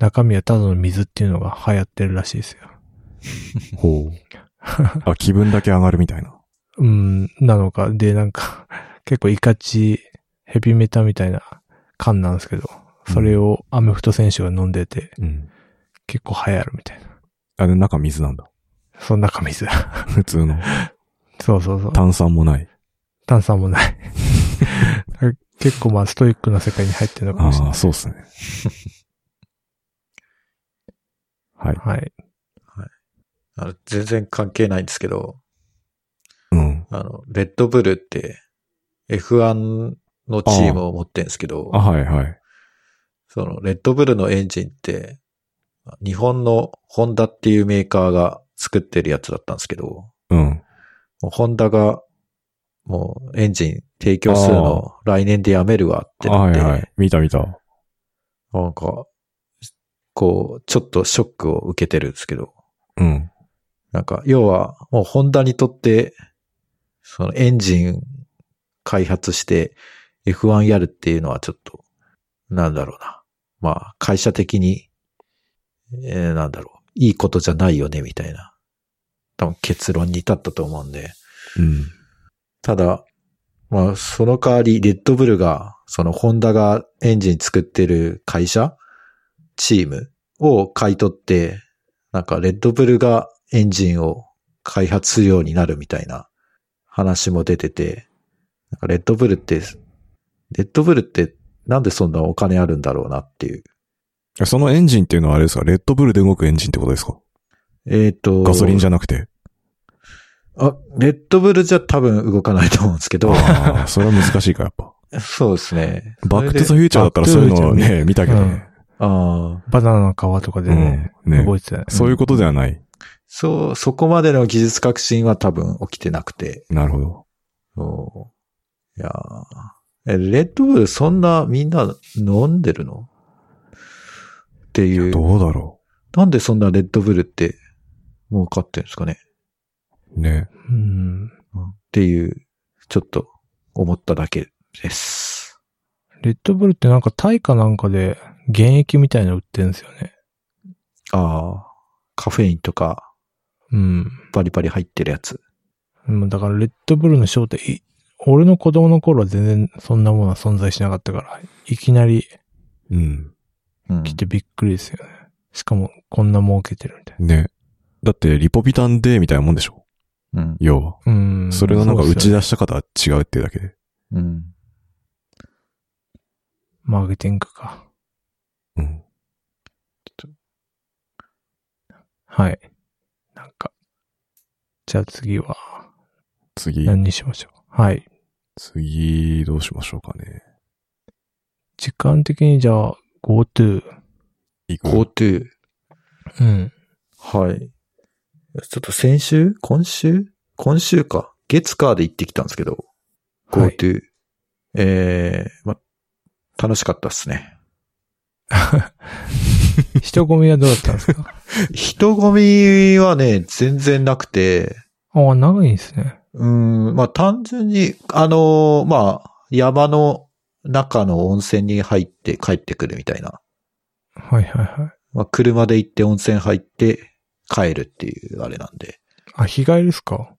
[SPEAKER 1] 中身はただの水っていうのが流行ってるらしいですよ。 <laughs>
[SPEAKER 3] ほう。あ、気分だけ上がるみたいな。
[SPEAKER 1] うん、なのか。で、なんか、 <laughs> 結構イカチヘビメタみたいな缶なんですけど、それをアメフト選手が飲んでて、
[SPEAKER 3] うん。
[SPEAKER 1] 結構流行るみたいな。
[SPEAKER 3] あ、で、中水なんだ。
[SPEAKER 1] そんな中水。 <laughs>
[SPEAKER 3] 普通の。
[SPEAKER 1] そうそうそう。
[SPEAKER 3] 炭酸もない。
[SPEAKER 1] 炭酸もない。 <laughs> 結構まあストイックな世界に入ってるのかもしれ
[SPEAKER 3] あ
[SPEAKER 1] な
[SPEAKER 3] あ、
[SPEAKER 1] い。
[SPEAKER 3] そうっすね。 <laughs> はい。
[SPEAKER 1] はい。
[SPEAKER 2] あの全然関係ないんですけど、
[SPEAKER 3] うん。
[SPEAKER 2] あの、レッドブルって F1 のチームを持ってんですけど、
[SPEAKER 3] あ、はいはい。
[SPEAKER 2] そのレッドブルのエンジンって、日本のホンダっていうメーカーが作ってるやつだったんですけど、も
[SPEAKER 3] うん。
[SPEAKER 2] うホンダがもうエンジン提供するの来年でやめるわって
[SPEAKER 3] あ
[SPEAKER 2] なっ
[SPEAKER 3] は
[SPEAKER 2] て、
[SPEAKER 3] いはい。見た見た。
[SPEAKER 2] なんか、こう、ちょっとショックを受けてるんですけど、
[SPEAKER 3] うん。
[SPEAKER 2] なんか、要は、もうホンダにとって、そのエンジン開発して F1 やるっていうのはちょっと、なんだろうな。まあ、会社的に、えーなんだろう。いいことじゃないよね、みたいな。多分結論に至ったと思うんで。
[SPEAKER 3] うん。
[SPEAKER 2] ただ、まあ、その代わり、レッドブルが、そのホンダがエンジン作ってる会社、チームを買い取って、なんかレッドブルがエンジンを開発するようになるみたいな話も出てて、なんかレッドブルって、レッドブルってなんでそんなお金あるんだろうなっていう。
[SPEAKER 3] えそのエンジンっていうのはあれですかレッドブルで動くエンジンってことですか
[SPEAKER 2] えっ、と、
[SPEAKER 3] ガソリンじゃなくて。
[SPEAKER 2] あ、レッドブルじゃ多分動かないと思うんですけど、
[SPEAKER 3] ああ、それは難しいか、やっぱ。
[SPEAKER 2] <laughs> そうですね。
[SPEAKER 3] バックトゥ
[SPEAKER 2] そ
[SPEAKER 3] ザ
[SPEAKER 2] れで
[SPEAKER 3] フューチャーだったらそういうのをね、見たけどね。
[SPEAKER 2] ああ、
[SPEAKER 1] バナナの皮とかでね、
[SPEAKER 3] うんね
[SPEAKER 1] 動いてた。
[SPEAKER 3] そういうことではない。
[SPEAKER 2] そう、そこまでの技術革新は多分起きてなくて。
[SPEAKER 3] なるほど。
[SPEAKER 2] そういやーえ、レッドブルそんなみんな飲んでるのっていう。
[SPEAKER 3] どうだろ
[SPEAKER 2] なんでそんなレッドブルって儲かってるんですかね
[SPEAKER 3] う。ね。
[SPEAKER 1] うん。
[SPEAKER 2] っていう、ちょっと思っただけです。
[SPEAKER 1] レッドブルってなんかタイかなんかで原液みたいなの売ってるんですよね。
[SPEAKER 2] ああ、カフェインとか
[SPEAKER 1] うん。
[SPEAKER 2] バリバリ入ってるやつ。
[SPEAKER 1] うんだからレッドブルの正体、い俺の子供の頃は全然そんなものは存在しなかったから、いきなり
[SPEAKER 3] うん。
[SPEAKER 2] うん
[SPEAKER 1] 来てびっくりですよね。しかもこんな儲けてるみたい
[SPEAKER 3] ね。だって、リポビタンデーみたいなもんでしょ
[SPEAKER 2] うん。
[SPEAKER 3] 要は。
[SPEAKER 1] な。うん。
[SPEAKER 3] それのなんか
[SPEAKER 1] そう
[SPEAKER 3] 打
[SPEAKER 1] っす
[SPEAKER 3] ち
[SPEAKER 1] よね
[SPEAKER 3] 出した方は違うっていうだけで。
[SPEAKER 2] うん。
[SPEAKER 1] マーケティングか。
[SPEAKER 3] うん。
[SPEAKER 1] はい。なんか。じゃあ次は
[SPEAKER 3] 次、
[SPEAKER 1] 何にしましょう。はい。
[SPEAKER 3] 次、どうしましょうかね。
[SPEAKER 1] 時間的にじゃあ GoTo。
[SPEAKER 3] 行く
[SPEAKER 2] GoTo。
[SPEAKER 1] うん。
[SPEAKER 2] はい。ちょっと先週今週今週か。月火で行ってきたんですけど、
[SPEAKER 1] はい
[SPEAKER 2] GoTo。えー、ま、楽しかったっすね。
[SPEAKER 1] 人混みはどうだったんですか
[SPEAKER 2] 人混みはね、全然なくて、
[SPEAKER 1] ああ、長いんですね。
[SPEAKER 2] うん、まあ単純に、あのーまあ、山の中の温泉に入って帰ってくるみたいな。
[SPEAKER 1] はいはいはい。
[SPEAKER 2] まあ車で行って温泉入って帰るっていうあれなんで。
[SPEAKER 1] あ、日帰りですか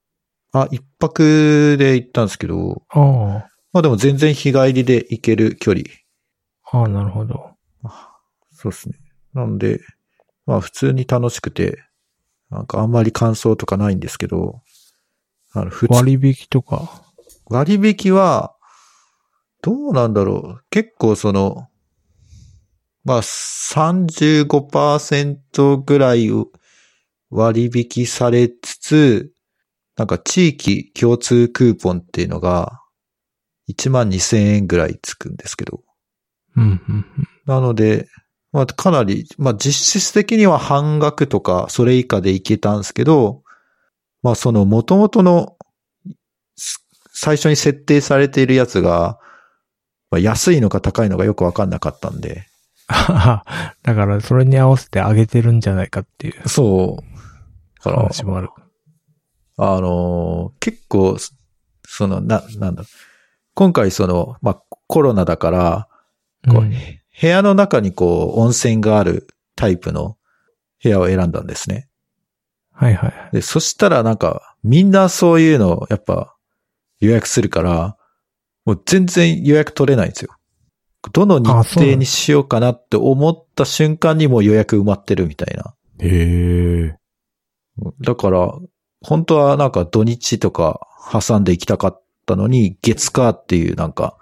[SPEAKER 2] あ、一泊で行ったんですけど、
[SPEAKER 1] ああ。
[SPEAKER 2] まあでも全然日帰りで行ける距離。
[SPEAKER 1] ああ、なるほど。
[SPEAKER 2] そうですね。なんで、まあ普通に楽しくて、なんかあんまり感想とかないんですけど、あの、普通
[SPEAKER 1] 割引とか。
[SPEAKER 2] 割引は、どうなんだろう。結構その、まあ、35%ぐらいを割引されつつ、なんか地域共通クーポンっていうのが、1万2000円ぐらいつくんですけど。
[SPEAKER 1] うん、うん、
[SPEAKER 2] なので、まあ、かなり、まあ、実質的には半額とか、それ以下でいけたんですけど、まあ、その元々の、す最初に設定されているやつが、まあ、安いのか高いのかよくわかんなかったんで、
[SPEAKER 1] うん。だから、それに合わせて上げてるんじゃないかっていう
[SPEAKER 2] そう。だから、
[SPEAKER 1] 話もある。
[SPEAKER 2] あのー結構、そその、な、なんだろう今回その、まあ、コロナだから、こう
[SPEAKER 1] うん
[SPEAKER 2] 部屋の中にこう、温泉があるタイプの部屋を選んだんですね。
[SPEAKER 1] はいはい。
[SPEAKER 2] で、そしたらなんか、みんなそういうのをやっぱ予約するから、もう全然予約取れないんですよ。どの日
[SPEAKER 1] あそうな
[SPEAKER 2] 程
[SPEAKER 1] んだ
[SPEAKER 2] にしようかなって思った瞬間にもう予約埋まってるみたいな。
[SPEAKER 3] へえ。
[SPEAKER 2] だから、本当はなんか土日とか挟んで行きたかったのに、月火っていうなんか、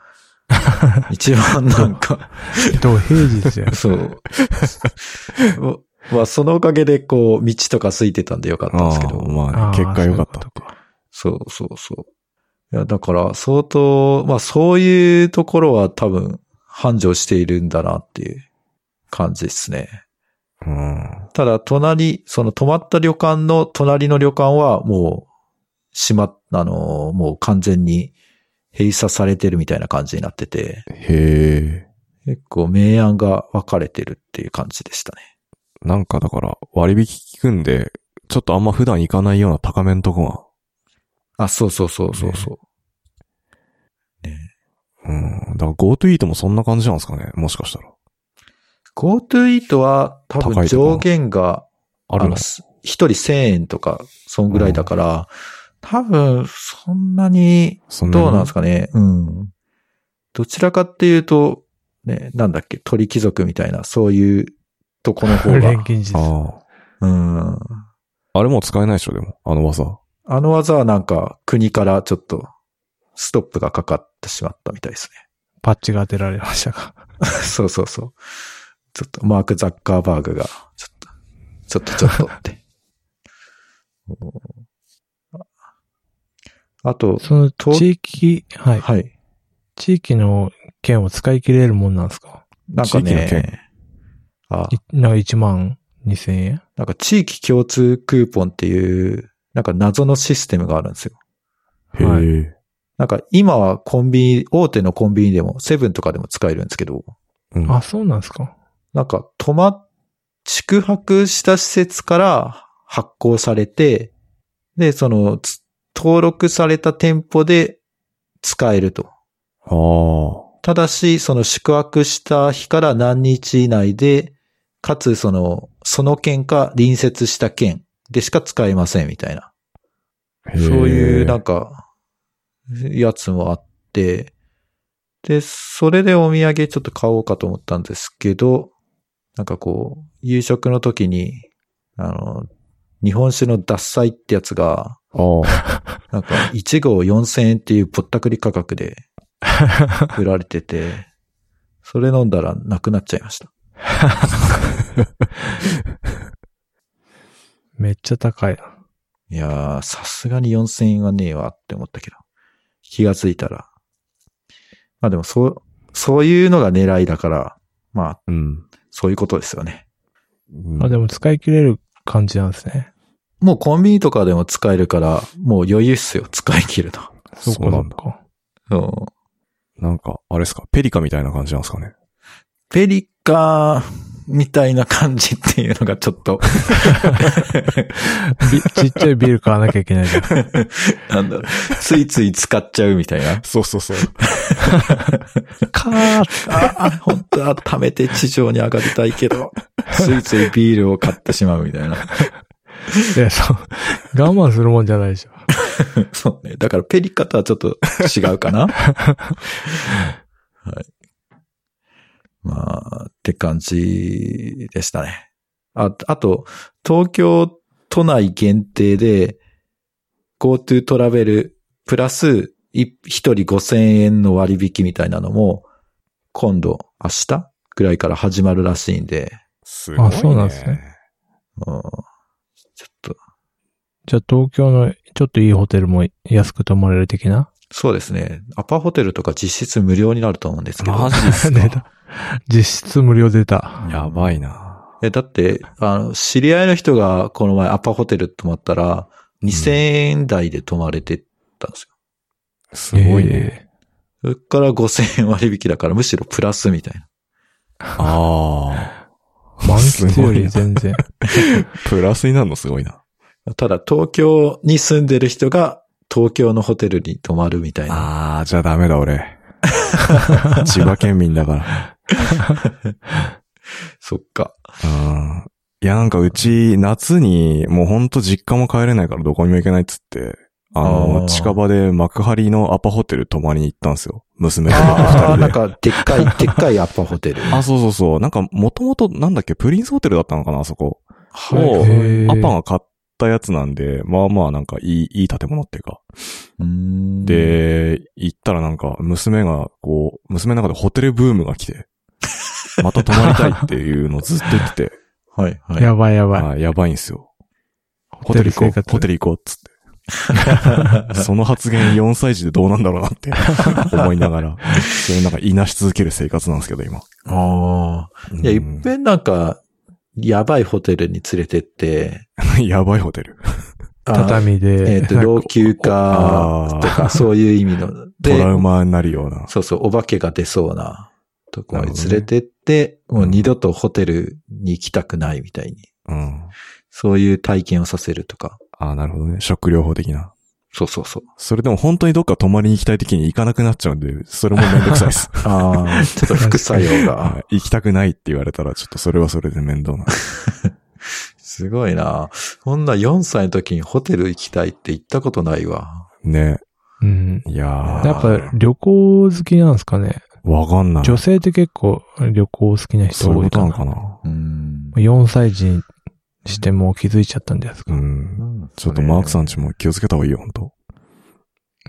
[SPEAKER 2] 一番なんか、。
[SPEAKER 1] 土平日じゃん
[SPEAKER 2] そう。まあそのおかげでこう、道とか空いてたんでよかったんですけど。
[SPEAKER 3] ああまあね、結果良かったって。
[SPEAKER 2] そうそうそう。いや、だから相当、まあそういうところは多分繁盛しているんだなっていう感じですね。
[SPEAKER 3] うん。
[SPEAKER 2] ただ隣、その泊まった旅館の隣の旅館はもう閉まっ、あの、もう完全に閉鎖されてるみたいな感じになってて、
[SPEAKER 3] へえ。
[SPEAKER 2] 結構明暗が分かれてるっていう感じでしたね。
[SPEAKER 3] なんかだから割引聞くんで、ちょっとあんま普段行かないような高めんとこ
[SPEAKER 2] あ、そうそうそうそうそう。ね
[SPEAKER 3] が。うん。だから GoTo イートもそんな感じなんですかねもしかしたら。
[SPEAKER 2] GoTo イートは多
[SPEAKER 3] 高
[SPEAKER 2] 分
[SPEAKER 3] いとこ
[SPEAKER 2] 上限が
[SPEAKER 3] ある
[SPEAKER 2] あ
[SPEAKER 3] の
[SPEAKER 2] の、す一人1000円とか、そんぐらいだから、多分、そんなに、
[SPEAKER 3] そんなに
[SPEAKER 2] どうなんですかね。うん。どちらかっていうと、ね、なんだっけ、鳥貴族みたいな、そういうとこの方
[SPEAKER 1] <laughs> 錬
[SPEAKER 2] が。
[SPEAKER 1] 金術。
[SPEAKER 3] あ
[SPEAKER 2] うん。
[SPEAKER 3] あ。あれもう使えないでしょ、でも。あの技。
[SPEAKER 2] あの技はなんか、国からちょっと、ストップがかかってしまったみたいです
[SPEAKER 1] パッチが当てられましたが。
[SPEAKER 2] ね。 <laughs> そうそうそう。ちょっと、マーク・ザッカーバーグが、ちょ <laughs> っと、ちょっと、ちょっとって。あと、
[SPEAKER 1] その
[SPEAKER 2] と
[SPEAKER 1] 地域、はい。
[SPEAKER 2] はい。
[SPEAKER 1] 地域の券を使い切れるもんなんですか
[SPEAKER 2] なんか
[SPEAKER 3] 地域の
[SPEAKER 2] ね
[SPEAKER 3] 券、
[SPEAKER 2] あ
[SPEAKER 1] い、なんか1万2千円
[SPEAKER 2] なんか地域共通クーポンっていう、なんか謎のシステムがあるんですよ。
[SPEAKER 3] へえ、
[SPEAKER 1] はい
[SPEAKER 2] なんか今はコンビニ、大手のコンビニでも、セブンとかでも使えるんですけど、
[SPEAKER 3] うん
[SPEAKER 1] あ、そうなんですか
[SPEAKER 2] なんか泊ま、宿泊した施設から発行されて、で、その、つ登録された店舗で使えると。
[SPEAKER 3] あー
[SPEAKER 2] ただし、その宿泊した日から何日以内で、かつその、その県か隣接した県でしか使えませんみたいな。
[SPEAKER 3] へえ
[SPEAKER 2] そういうなんか、やつもあって、で、それでお土産ちょっと買おうかと思ったんですけど、なんかこう、夕食の時に、あの、日本酒の獺祭ってやつが、
[SPEAKER 3] あー
[SPEAKER 2] なんか1号4000円っていうぼったくり価格で売られてて、それ飲んだらなくなっちゃいました。
[SPEAKER 1] めっちゃ高いな。
[SPEAKER 2] いやー、さすがに4000円はねえわって思ったけど、気がついたら。まあでもそう、そういうのが狙いだから、まあ、
[SPEAKER 3] うん。
[SPEAKER 2] そういうことですよね。
[SPEAKER 3] うん
[SPEAKER 1] あ、でも使い切れる感じなんですね。
[SPEAKER 2] もうコンビニとかでも使えるから、もう余裕っすよ、使い切ると。
[SPEAKER 1] そう
[SPEAKER 3] そ
[SPEAKER 1] か、そ
[SPEAKER 3] うな
[SPEAKER 1] うん
[SPEAKER 3] だ。
[SPEAKER 1] か。
[SPEAKER 2] うん
[SPEAKER 3] なんか、あれですか、ペリカみたいな感じなんですかね。
[SPEAKER 2] ペリカみたいな感じっていうのがちょっと、
[SPEAKER 1] びちっちゃいビール買わなきゃいけないじゃん。
[SPEAKER 2] なんだろう、ついつい使っちゃうみたいな。
[SPEAKER 3] そうそうそう。
[SPEAKER 1] カーッ
[SPEAKER 2] ああ、本当は貯めて地上に上がりたいけど、ついついビールを買ってしまうみたいな。 <laughs>
[SPEAKER 1] いや、そう。我慢するもんじゃないでしょ。
[SPEAKER 2] そうね。だからペリカとはちょっと違うかな。はい。まあ、って感じでしたね。ああと、東京都内限定で GoTo トラベルプラス1人5000円の割引みたいなのも今度明日ぐらいから始まるらしいんで、
[SPEAKER 3] <laughs> すごい、ね。
[SPEAKER 1] あそうなんですね。
[SPEAKER 2] うんちょっと、
[SPEAKER 1] じゃあ東京のちょっといいホテルも安く泊まれる的な
[SPEAKER 2] そうですね。アパホテルとか実質無料になると思うんですけど。
[SPEAKER 3] マジっ
[SPEAKER 1] <laughs>
[SPEAKER 3] す
[SPEAKER 1] 出
[SPEAKER 3] か。
[SPEAKER 1] た。実質無料出た。
[SPEAKER 3] やばいな。
[SPEAKER 2] え、だって、あの、知り合いの人がこの前アパホテル泊まったら、2000円台で泊まれてたんですよ。
[SPEAKER 3] すごいね。
[SPEAKER 1] え
[SPEAKER 2] そっから5000円割引だから、むしろプラスみたいな。
[SPEAKER 3] あ
[SPEAKER 1] ー。満喫より全然。
[SPEAKER 3] あ。プラスになるのすごいな。
[SPEAKER 2] ただ、東京に住んでる人が、東京のホテルに泊まるみたいな。
[SPEAKER 3] ああ、じゃあダメだ俺。千葉県民だから。
[SPEAKER 2] そっか。
[SPEAKER 3] うん。いやなんかうち、夏に、もうほんと実家も帰れないからどこにも行けないっつって、あの、
[SPEAKER 2] あー
[SPEAKER 3] 近場で幕張のアパホテル泊まりに行ったんですよ。娘と
[SPEAKER 2] ああ、
[SPEAKER 3] 二
[SPEAKER 2] なん
[SPEAKER 3] 人で。
[SPEAKER 2] か、でっかい、でっかいアパホテル。
[SPEAKER 3] あ、そうそうそう。なんか、もともと、なんだっけ、プリンスホテルだったのかな、あそこ。
[SPEAKER 2] は
[SPEAKER 3] を、
[SPEAKER 1] へ
[SPEAKER 2] い。
[SPEAKER 1] ー
[SPEAKER 3] アパが買ったやつなんで、まあまあ、なんか、いい、いい建物っていうか。
[SPEAKER 2] うーん、
[SPEAKER 3] で、行ったらなんか、娘が、こう、娘の中でホテルブームが来て、 <laughs> また泊まりたいっていうのをずっと言 <laughs> ってて、
[SPEAKER 2] はい、はい。
[SPEAKER 1] やばいやばい。
[SPEAKER 3] あやばいんすよ。
[SPEAKER 1] ホ
[SPEAKER 3] ホテ
[SPEAKER 1] テ
[SPEAKER 3] ル
[SPEAKER 1] ル生
[SPEAKER 3] 行こう、
[SPEAKER 1] 活。
[SPEAKER 3] ホテル行こうっつ <laughs> って。その発言4歳児でどうなんだろうなって <laughs> 思いながら、それなんかいなし続ける生活なんですけど、今。
[SPEAKER 2] ああ。いや、いっ
[SPEAKER 3] うん
[SPEAKER 2] ぺんなんか、やばいホテルに連れてって、
[SPEAKER 3] <laughs> やばいホテル。
[SPEAKER 2] あー
[SPEAKER 1] 畳で。
[SPEAKER 2] えっ、と、
[SPEAKER 1] なんか
[SPEAKER 2] 老朽化
[SPEAKER 3] あ
[SPEAKER 2] と
[SPEAKER 3] ー
[SPEAKER 2] か、 <laughs> そういう意味の。
[SPEAKER 3] トラ
[SPEAKER 2] で、
[SPEAKER 3] ウマになるような。
[SPEAKER 2] そうそう、お化けが出そうなとこに
[SPEAKER 3] なるほど
[SPEAKER 2] 連れ
[SPEAKER 3] ね
[SPEAKER 2] てって、もう二度とホテルに行きたくないみたいに。
[SPEAKER 3] うん。
[SPEAKER 2] そういう体験をさせるとか。
[SPEAKER 3] ああ、なるほどね。食療法的な。
[SPEAKER 2] そうそうそう。
[SPEAKER 3] それでも本当にどっか泊まりに行きたい時に行かなくなっちゃうんで、それもめんどくさいです。
[SPEAKER 2] ああ、 <laughs> ちょっと副作用
[SPEAKER 3] は
[SPEAKER 2] が。
[SPEAKER 3] い行きたくないって言われたら、ちょっとそれはそれで面
[SPEAKER 1] <laughs>
[SPEAKER 3] 倒な。
[SPEAKER 2] すごいな。こんな4歳の時にホテル行きたいって行ったことないわ。
[SPEAKER 3] ね。
[SPEAKER 1] うん。
[SPEAKER 3] いやー。
[SPEAKER 1] やっぱ旅行好きなんですかね。
[SPEAKER 3] わかんない。
[SPEAKER 1] 女性って結構旅行好きな人
[SPEAKER 3] そういう
[SPEAKER 1] 多
[SPEAKER 3] こ
[SPEAKER 1] い
[SPEAKER 3] と
[SPEAKER 1] か
[SPEAKER 3] な
[SPEAKER 1] な。
[SPEAKER 3] のかな。
[SPEAKER 2] うん。
[SPEAKER 1] 4歳児にしてもう気づいちゃったんじゃないです
[SPEAKER 3] う
[SPEAKER 1] か。
[SPEAKER 3] ん。ちょっとマークさんちも気をつけた方がいいよ、ほんと。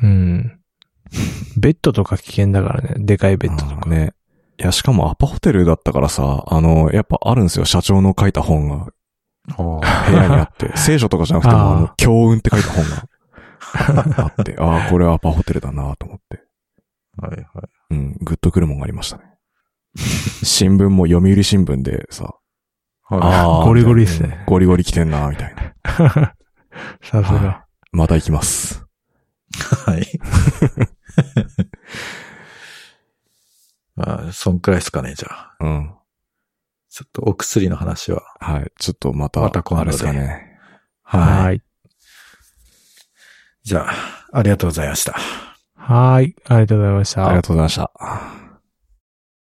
[SPEAKER 1] うん。ベッドとか危険だからね。でかいベッドと
[SPEAKER 3] あ
[SPEAKER 1] か。
[SPEAKER 3] ーね。いや、しかもアパホテルだったからさ、あの、やっぱあるんですよ、社長の書いた本が
[SPEAKER 2] あ
[SPEAKER 1] <laughs>
[SPEAKER 2] ー
[SPEAKER 3] 部屋にあって、聖書とかじゃなくても、あの、教運って書いた本が
[SPEAKER 1] <laughs>
[SPEAKER 3] あって、ああ、これはアパホテルだなと思って。
[SPEAKER 2] はいはい。
[SPEAKER 3] うん、グッとくるもんがありまし
[SPEAKER 1] <laughs>
[SPEAKER 3] たね。新聞も読売新聞でさ、
[SPEAKER 2] はい
[SPEAKER 3] あー
[SPEAKER 1] ゴリゴリですね。
[SPEAKER 3] ゴリゴリ来てんなみたいな。
[SPEAKER 1] さすが
[SPEAKER 3] は。いまた行きます。
[SPEAKER 2] はい。まあ、そんくらいですかね、じゃあ。
[SPEAKER 3] うん。
[SPEAKER 2] ちょっとお薬の話は。
[SPEAKER 3] はい。ちょっとまた、
[SPEAKER 2] また今度で
[SPEAKER 3] あれですかね。
[SPEAKER 2] い。
[SPEAKER 1] はい。
[SPEAKER 2] じゃあ、ありがとうございました。
[SPEAKER 1] はい。ありがとうございました。
[SPEAKER 3] ありがとうございました。